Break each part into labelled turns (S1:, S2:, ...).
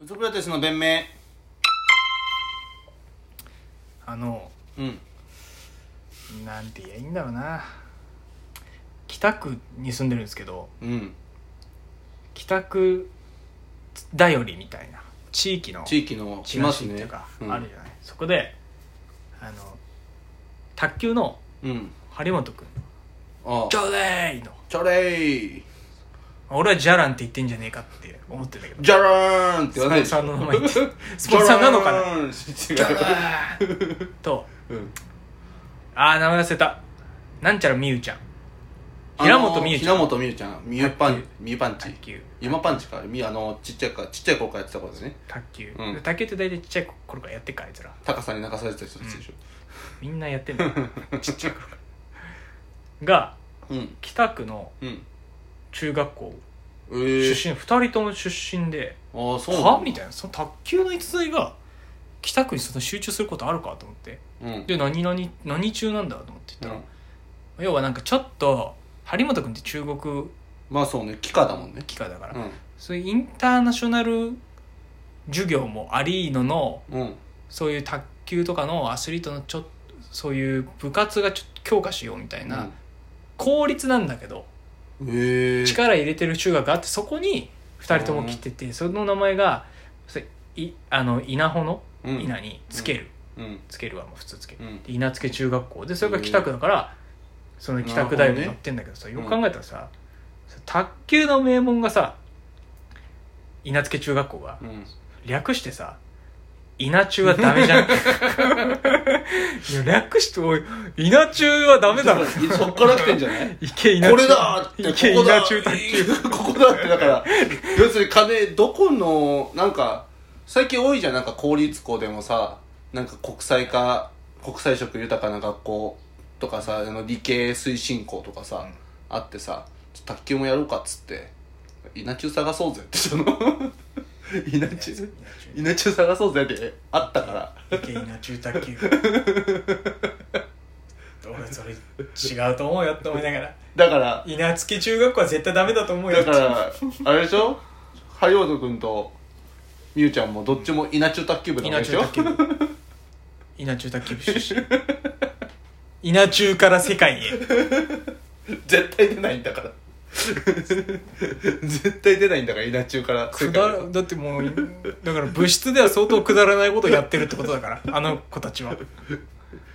S1: ウソクラテスの弁明
S2: あの
S1: うん
S2: なんて言えばいいんだろうな北区に住んでるんですけど
S1: うん
S2: 北区だよりみたいな地域の
S1: 地域の
S2: チラシっていうか、
S1: うん、
S2: あるじゃないそこであの卓球の
S1: うん
S2: 張本君
S1: あ
S2: 「
S1: あ
S2: ちょうだい!」の
S1: チャレイ
S2: 俺は「じゃらん」って言ってんじゃねえかって思ってんだけど
S1: ジャラーンって言わないでしょ
S2: スポンサーの名前言って スポンサーなのかな
S1: な
S2: 「じゃ
S1: 違
S2: らん!」と
S1: う、うん、
S2: 「ああ名前忘れたなんちゃらみゆちゃん」平本美
S1: 美
S2: 優
S1: ち
S2: ち
S1: ゃ
S2: ゃ
S1: ん
S2: ん
S1: 平本美優ちゃんみゆパンみゆパンチ
S2: 卓球
S1: 今パンチかみあのちっちゃいかちっちゃい子からやってた子ですね
S2: 卓球、
S1: うん
S2: で卓球って大体ちっちゃい頃からやってっからあいつら
S1: 高さに泣かされてた人たちでしょ
S2: みんなやってんだよ ちっちゃい頃からが
S1: うん
S2: 北区の
S1: うん
S2: 中学校
S1: えー、
S2: 出身、二2人とも出身で
S1: ああそうなんだ
S2: はみたいなその卓球の逸材が北区にそんな集中することあるかと思って
S1: うん
S2: で何何何中なんだと思って言った
S1: う
S2: ら
S1: ん、
S2: 要はなんかちょっと張本君って中国
S1: まあそうね帰化だもんね
S2: 機関だから、
S1: う
S2: そういうインターナショナル授業もありのの
S1: んうん
S2: そういう卓球とかのアスリートのちょっとそういう部活がちょっと強化しようみたいな、公立なんだけど
S1: うんえー、
S2: 力入れてる中学があってそこに2人とも来てて、その名前がそれいあの稲穂の
S1: うん
S2: 稲につける、
S1: うん
S2: つけるはもう普通つける、
S1: うん
S2: で稲付中学校でそれが北区だから、その北区大学に乗ってんだけどさ
S1: る
S2: よ
S1: ほ
S2: く
S1: どね
S2: 考えたらさ、卓球の名門がさ稲付中学校が
S1: うん
S2: 略してさ稲中はダメじゃんい や略しておい稲中はダメだろ
S1: そっから来てんじゃない
S2: いけ稲
S1: こ
S2: 中
S1: れだって、
S2: い
S1: こ
S2: け
S1: こだ
S2: 稲中卓球
S1: ここだって、だから、要するに金、どこの、なんか、最近多いじゃん、なんか公立校でもさ、なんか国際化、国際色豊かな学校とかさ、あの理系推進校とかさ、
S2: うん
S1: あってさ、ちょっと卓球もやろうかっつって、稲中探そうぜって、その、稲中、稲中探そうぜってあったから、
S2: いけ稲中卓球俺それ違うと思うよって思いながら
S1: だから、
S2: 稲付中学校は絶対ダメだと思う
S1: だ
S2: よって
S1: から、あれでしょハリオくんと、みゆちゃんもどっちも稲中卓球部なわ
S2: 稲
S1: けで
S2: 中
S1: しょ
S2: 卓球部稲中卓球部出身稲中から世界へ
S1: 絶対出ないんだから絶対出ないんだから稲中から
S2: くだらだってもうだから部室では相当くだらないことをやってるってことだからあの子たちは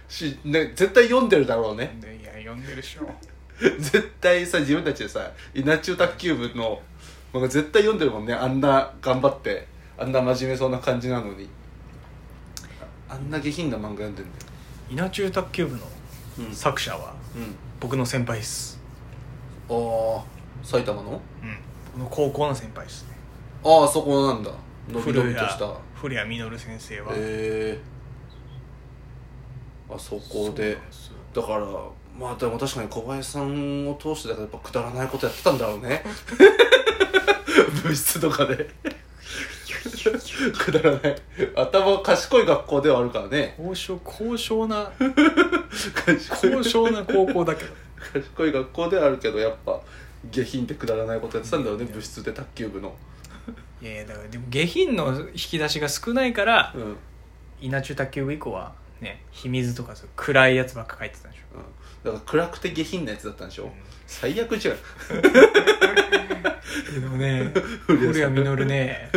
S1: し、ね、絶対読んでるだろうね
S2: でいや呼んでるでしょ
S1: 絶対さ自分たちでさ稲中卓球部のなんか絶対読んでるもんねあんな頑張ってあんな真面目そうな感じなのにああんな下品な漫画読んでんだよ
S2: 稲中卓球部の
S1: うん
S2: 作者は僕の先輩です
S1: うん、ああ埼玉の
S2: うん僕の高校の先輩ですね
S1: ああそこなんだ伸び伸
S2: 古
S1: びと
S2: 谷
S1: した
S2: 古谷実先生は
S1: ええあそこで
S2: そ
S1: だ
S2: う
S1: からまあでも確かに小林さんを通してだからやっぱくだらないことやってたんだろうね 部室とかでくだらない頭賢い学校ではあるからね
S2: 高尚高尚 な
S1: 賢
S2: 高
S1: い
S2: 尚な高校だけど
S1: 賢い学校ではあるけどやっぱ下品でくだらないことやってたんだろうね部室で卓球部の
S2: いやいやだからでも下品の引き出しが少ないから
S1: うん、うん、
S2: 稲中卓球部以降はね秘密とかそういう暗いやつばっか書いてたんでしょ
S1: だから暗くて下品なやつだったんでしょ、最悪じゃん
S2: いやでもね
S1: 古 谷
S2: 古
S1: さん
S2: 谷実ね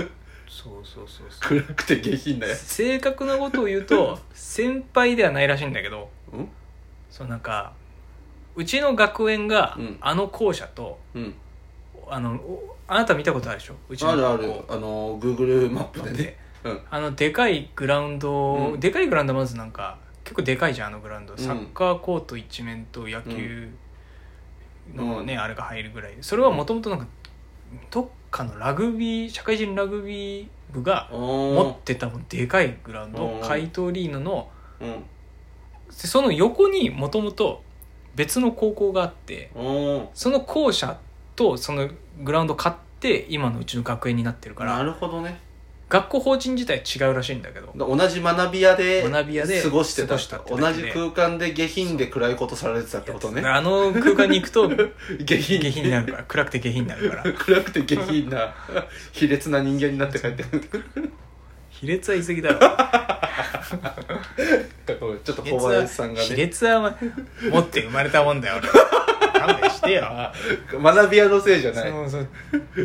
S2: そうそうそうそう
S1: 暗くて下品なやつ
S2: 正確なことを言うと先輩ではないらしいんだけど
S1: うん
S2: そうなんかうちの学園が
S1: うん
S2: あの校舎と、
S1: うん
S2: あのおあなた見たことあるでしょうち
S1: あ
S2: の
S1: るあ
S2: 学
S1: る
S2: 校
S1: あの Google マップでね
S2: で
S1: うん
S2: あのでかいグラウンド、
S1: うん
S2: でかいグラウンドはまずなんか結構でかいじゃんあのグラウンド
S1: ん
S2: サッカーコート一面と野球のね、
S1: う
S2: あれが入るぐらいでそれはもともとなんかどっかのラグビー社会人ラグビー部が持
S1: も
S2: ってたもうでかいグラウ
S1: う
S2: ン
S1: ん
S2: ド怪盗リーノの
S1: うん
S2: でその横にもともと別の高校があって
S1: お
S2: その校舎とそのグラウンド買って今のうちの学園になってるか
S1: な
S2: ら
S1: るほどね
S2: 学校法人自体違うらしいんだけど
S1: 同じ学び屋で
S2: 学び屋で
S1: 過ごして
S2: 過
S1: た
S2: ごしたって
S1: 同
S2: だけ
S1: じ
S2: で
S1: 空間で下品で暗いことされてたってことね
S2: あの空間に行くと
S1: 下品
S2: 下品になるか ら暗くて下品になるから
S1: 暗くて下品な卑劣な人間になって帰ってくる
S2: 卑劣は言い過ぎだろ
S1: ごめんちょっと
S2: 卑劣
S1: 小
S2: は
S1: 林さんが
S2: 卑
S1: ね
S2: 劣は持って生まれたもんだよ俺勘 弁してよ
S1: あ学び屋のせいじゃない
S2: そうそう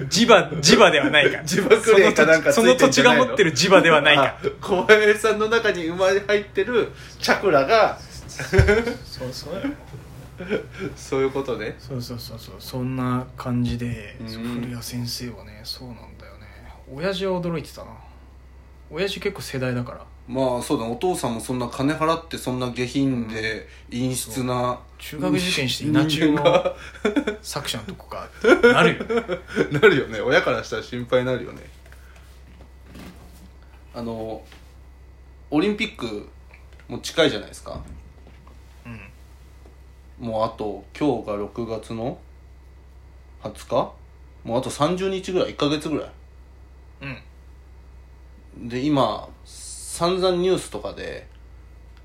S2: 磁場磁場ではない から
S1: 自爆霊かなんかつ
S2: そ
S1: い
S2: の
S1: て
S2: 土
S1: んじ
S2: 地
S1: ゃない
S2: が持ってる磁場ではないか ら
S1: あ小林さんの中に生まれ入ってるチャクラが
S2: そうそうよ
S1: そういうことね
S2: そうそうそうそうそんな感じで、
S1: うん
S2: 古谷先生はねそうなんだよね親父は驚いてたな親父結構世代だから
S1: まあそうだお父さんもそんな金払ってそんな下品で陰湿な
S2: 中学受験して稲中
S1: 人間
S2: の
S1: が
S2: 作者のとこかってなるよ
S1: なるよね親からしたら心配になるよねあのオリンピックも近いじゃないですか
S2: うん
S1: もうあと今日が6月の20日もうあと30日ぐらい1ヶ月ぐらい
S2: うん
S1: で今散々ニュースとかで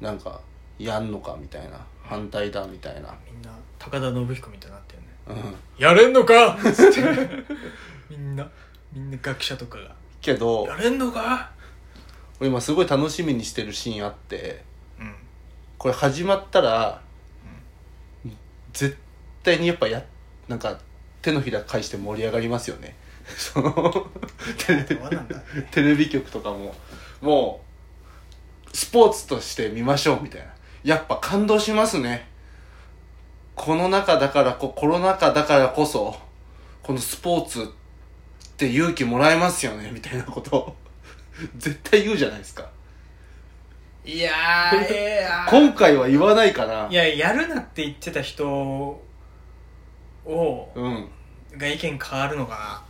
S1: なんかやんのかみたいな反対だみたいな、
S2: みんな高田信彦みたいになってるね
S1: うん、
S2: やれんのかつって みんなみんな学者とかが
S1: けど
S2: やれんのか
S1: 俺今すごい楽しみにしてるシーンあって
S2: うん
S1: これ始まったら、絶対にやっぱやなんか手のひら返して盛り上がりますよね そのテレ
S2: そうなんだ
S1: テレビ局とかももうスポーツとして見ましょうみたいなやっぱ感動しますねこの中だからこコロナ禍だからこそこのスポーツって勇気もらえますよねみたいなことを絶対言うじゃないですか
S2: いやーええや
S1: 今回は言わないかない
S2: ややるなって言ってた人を
S1: うん
S2: が意見変わるのか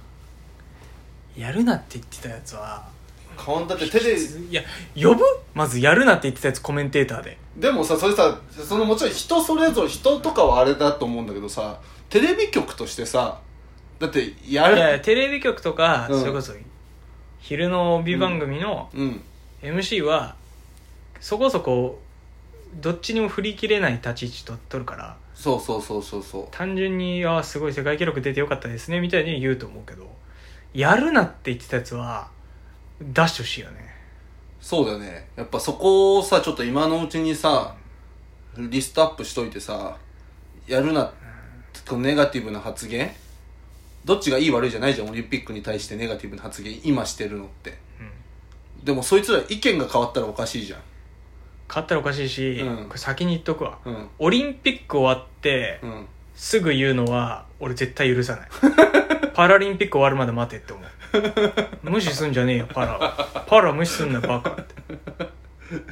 S2: なやるなって言ってたやつは
S1: 顔だって手で
S2: いや呼ぶまずやるなって言ってたやつコメンテーターで
S1: でもさそれさそのもちろん人それぞれ人とかはあれだと思うんだけどさテレビ局としてさだってや
S2: いや
S1: る
S2: テレビ局とか、
S1: うん
S2: それこそ昼の帯番組の
S1: うん
S2: MC は、そこそこどっちにも振り切れない立ち位置と取るから
S1: そうそうそうそうそう
S2: 単純に「ああすごい世界記録出てよかったですね」みたいに言うと思うけどやるなって言ってたやつは出してほしいよね
S1: そうだよねやっぱそこをさちょっと今のうちにさリストアップしといてさやるなこのネガティブな発言どっちがいい悪いじゃないじゃんオリンピックに対してネガティブな発言今してるのって
S2: うん
S1: でもそいつら意見が変わったらおかしいじゃん
S2: 買ったらおかしいし、
S1: うん
S2: これ先に言っとくわ
S1: うん
S2: オリンピック終わって
S1: うん
S2: すぐ言うのは俺絶対許さ ないパラリンピック終わるまで待てって思う無視すんじゃねえよパラはパラ無視すんなバカって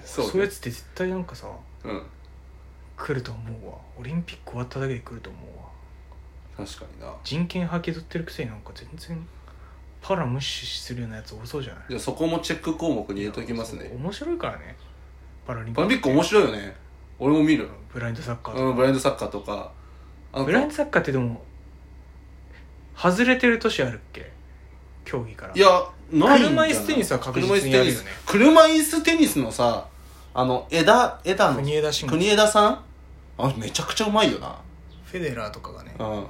S2: そう,、いうやつって絶対なんかさ
S1: うん
S2: 来ると思うわオリンピック終わっただけで来ると思うわ
S1: 確かにな
S2: 人権はけずってるくせになんか全然パラ無視するようなやつ多そうじゃない
S1: じゃあそこもチェック項目に入れときます
S2: そう
S1: ね
S2: 面白いからねパラリンピ
S1: パ
S2: ッ
S1: ラ
S2: ク
S1: リンピック面白いよね俺も見る
S2: ブラインドサッカーとか
S1: うんブラインドサッカーとかあの
S2: ブラインドサッカーってでも外れてる年あるっけ競技から
S1: いやないんじゃな
S2: 車
S1: い
S2: 椅子テニスは確実にやるよね
S1: 車椅子テニス車椅子テニスのさあの枝枝の
S2: 国枝慎吾
S1: 国枝さんあめちゃくちゃうまいよな
S2: フェデラーとかがね
S1: うん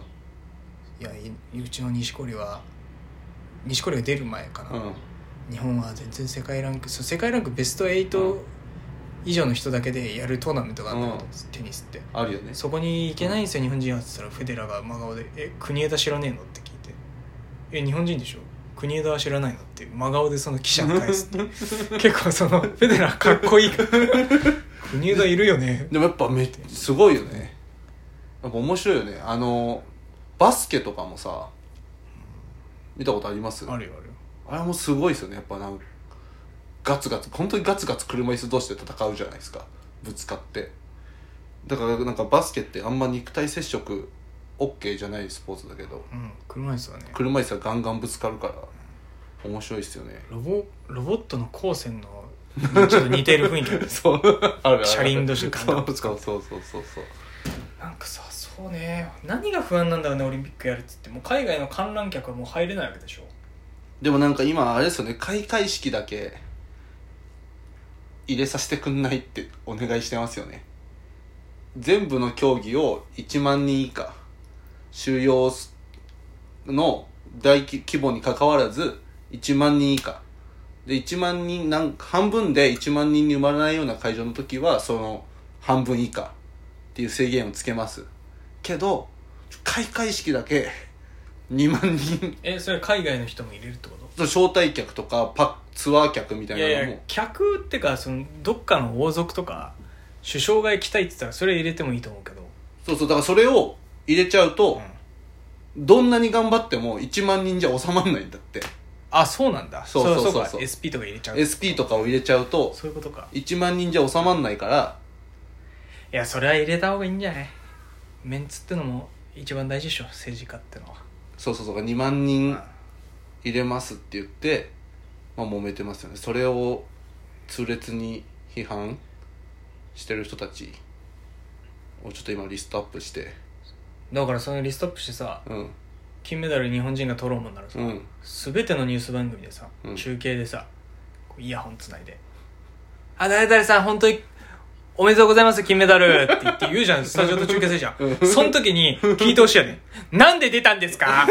S2: いやいうちの錦織は錦織が出る前か
S1: う
S2: な、
S1: ん
S2: 日本は全然世界ランクそう世界ランクベスト8以上の人だけでやるトーナメントがあったんだと、テニスって
S1: あるよね
S2: そこに行けないんですよ日本人はって言ったらフェデラーが真顔で「え国枝知らねえの?」って聞いて「え日本人でしょ国枝は知らないの?」って真顔でその記者に返すっ て結構そのフェデラーかっこいいから国枝いるよね
S1: でもやっぱめすごいよねやっぱ面白いよねあのバスケとかもさ見たことあります
S2: あるよあるよ
S1: あれもすごいですよねやっぱなんかガツガツ本当にガツガツ車椅子同士で戦うじゃないですかぶつかってだからなんかバスケってあんま肉体接触 OK じゃないスポーツだけど
S2: うん車椅子はね
S1: 車椅子はガンガンぶつかるから面白いっすよね
S2: ロボロボットの光線のちょっと似てる雰囲気ある
S1: そうあるある
S2: 車輪同士ガンガンぶつか
S1: そ
S2: る
S1: うそうそうそうそう
S2: なんかさそうね何が不安なんだろうねオリンピックやるっつってもう海外の観覧客はもう入れないわけでしょ
S1: でもなんか今あれですよね開会式だけ入れさせてくんないってお願いしてますよね全部の競技を1万人以下収容の大規模にかかわらず1万人以下で1万人なんか半分で1万人に埋まらないような会場の時はその半分以下っていう制限をつけますけど開会式だけ2万人
S2: えそれ海外の人も入れるってこと
S1: 招待客とかパツアー客みたい
S2: いや
S1: ないの
S2: や
S1: も
S2: 客ってかそのどっかの王族とか首相が行きたいって言ったらそれ入れてもいいと思うけど、
S1: そうそうだからそれを入れちゃう
S2: う
S1: と
S2: ん、
S1: どんなに頑張っても1万人じゃ収まんないんだって
S2: あそうなんだ
S1: そうそうそうそう
S2: か SP とか入れちゃう
S1: SP とかを入れちゃうと
S2: そういうことか
S1: 1万人じゃ収まんないから
S2: いやそれは入れた方がいいんじゃないメンツってのも一番大事でしょ政治家ってのは、
S1: そうそうそう2万人入れますって言って、まあ、揉めてますよねそれを痛烈に批判してる人たちをちょっと今リストアップして
S2: だからそのリストアップしてさ
S1: うん
S2: 金メダル日本人が取ろうもんならさ、
S1: うん
S2: 全てのニュース番組でさ、
S1: うん
S2: 中継でさこうイヤホンつないで「あ誰々さん本当におめでとうございます金メダル」って言って言うじ ゃんスタジオと中継するじゃん、その時に聞いてほしいよね「なんで出たんですか?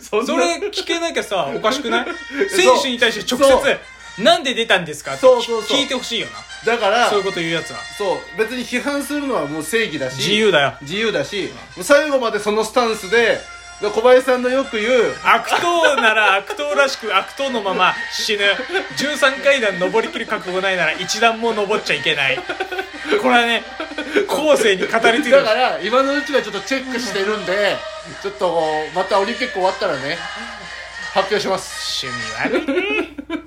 S1: そ」
S2: それ聞けなきゃさおかしく ない選手に対して直
S1: そう
S2: 接「なんで出たんですか?」って
S1: そうそうそう
S2: 聞いてほしいよ
S1: だか
S2: な
S1: ら
S2: そういうこと言うやつは
S1: そう別に批判するのはもう正義だし
S2: 自由だよ
S1: 自由だし最後までそのスタンスでだ小林さんのよく言う
S2: 悪党なら悪党らしく悪党のまま死ぬ13階段登りきる覚悟ないなら一段も登っちゃいけないこれはね後世に語り継いで
S1: だ
S2: ほし
S1: か
S2: い
S1: ら今のうちはちょっとチェックしてるんでちょっとこうまたオリンピック終わったらね発表します
S2: 趣味悪いね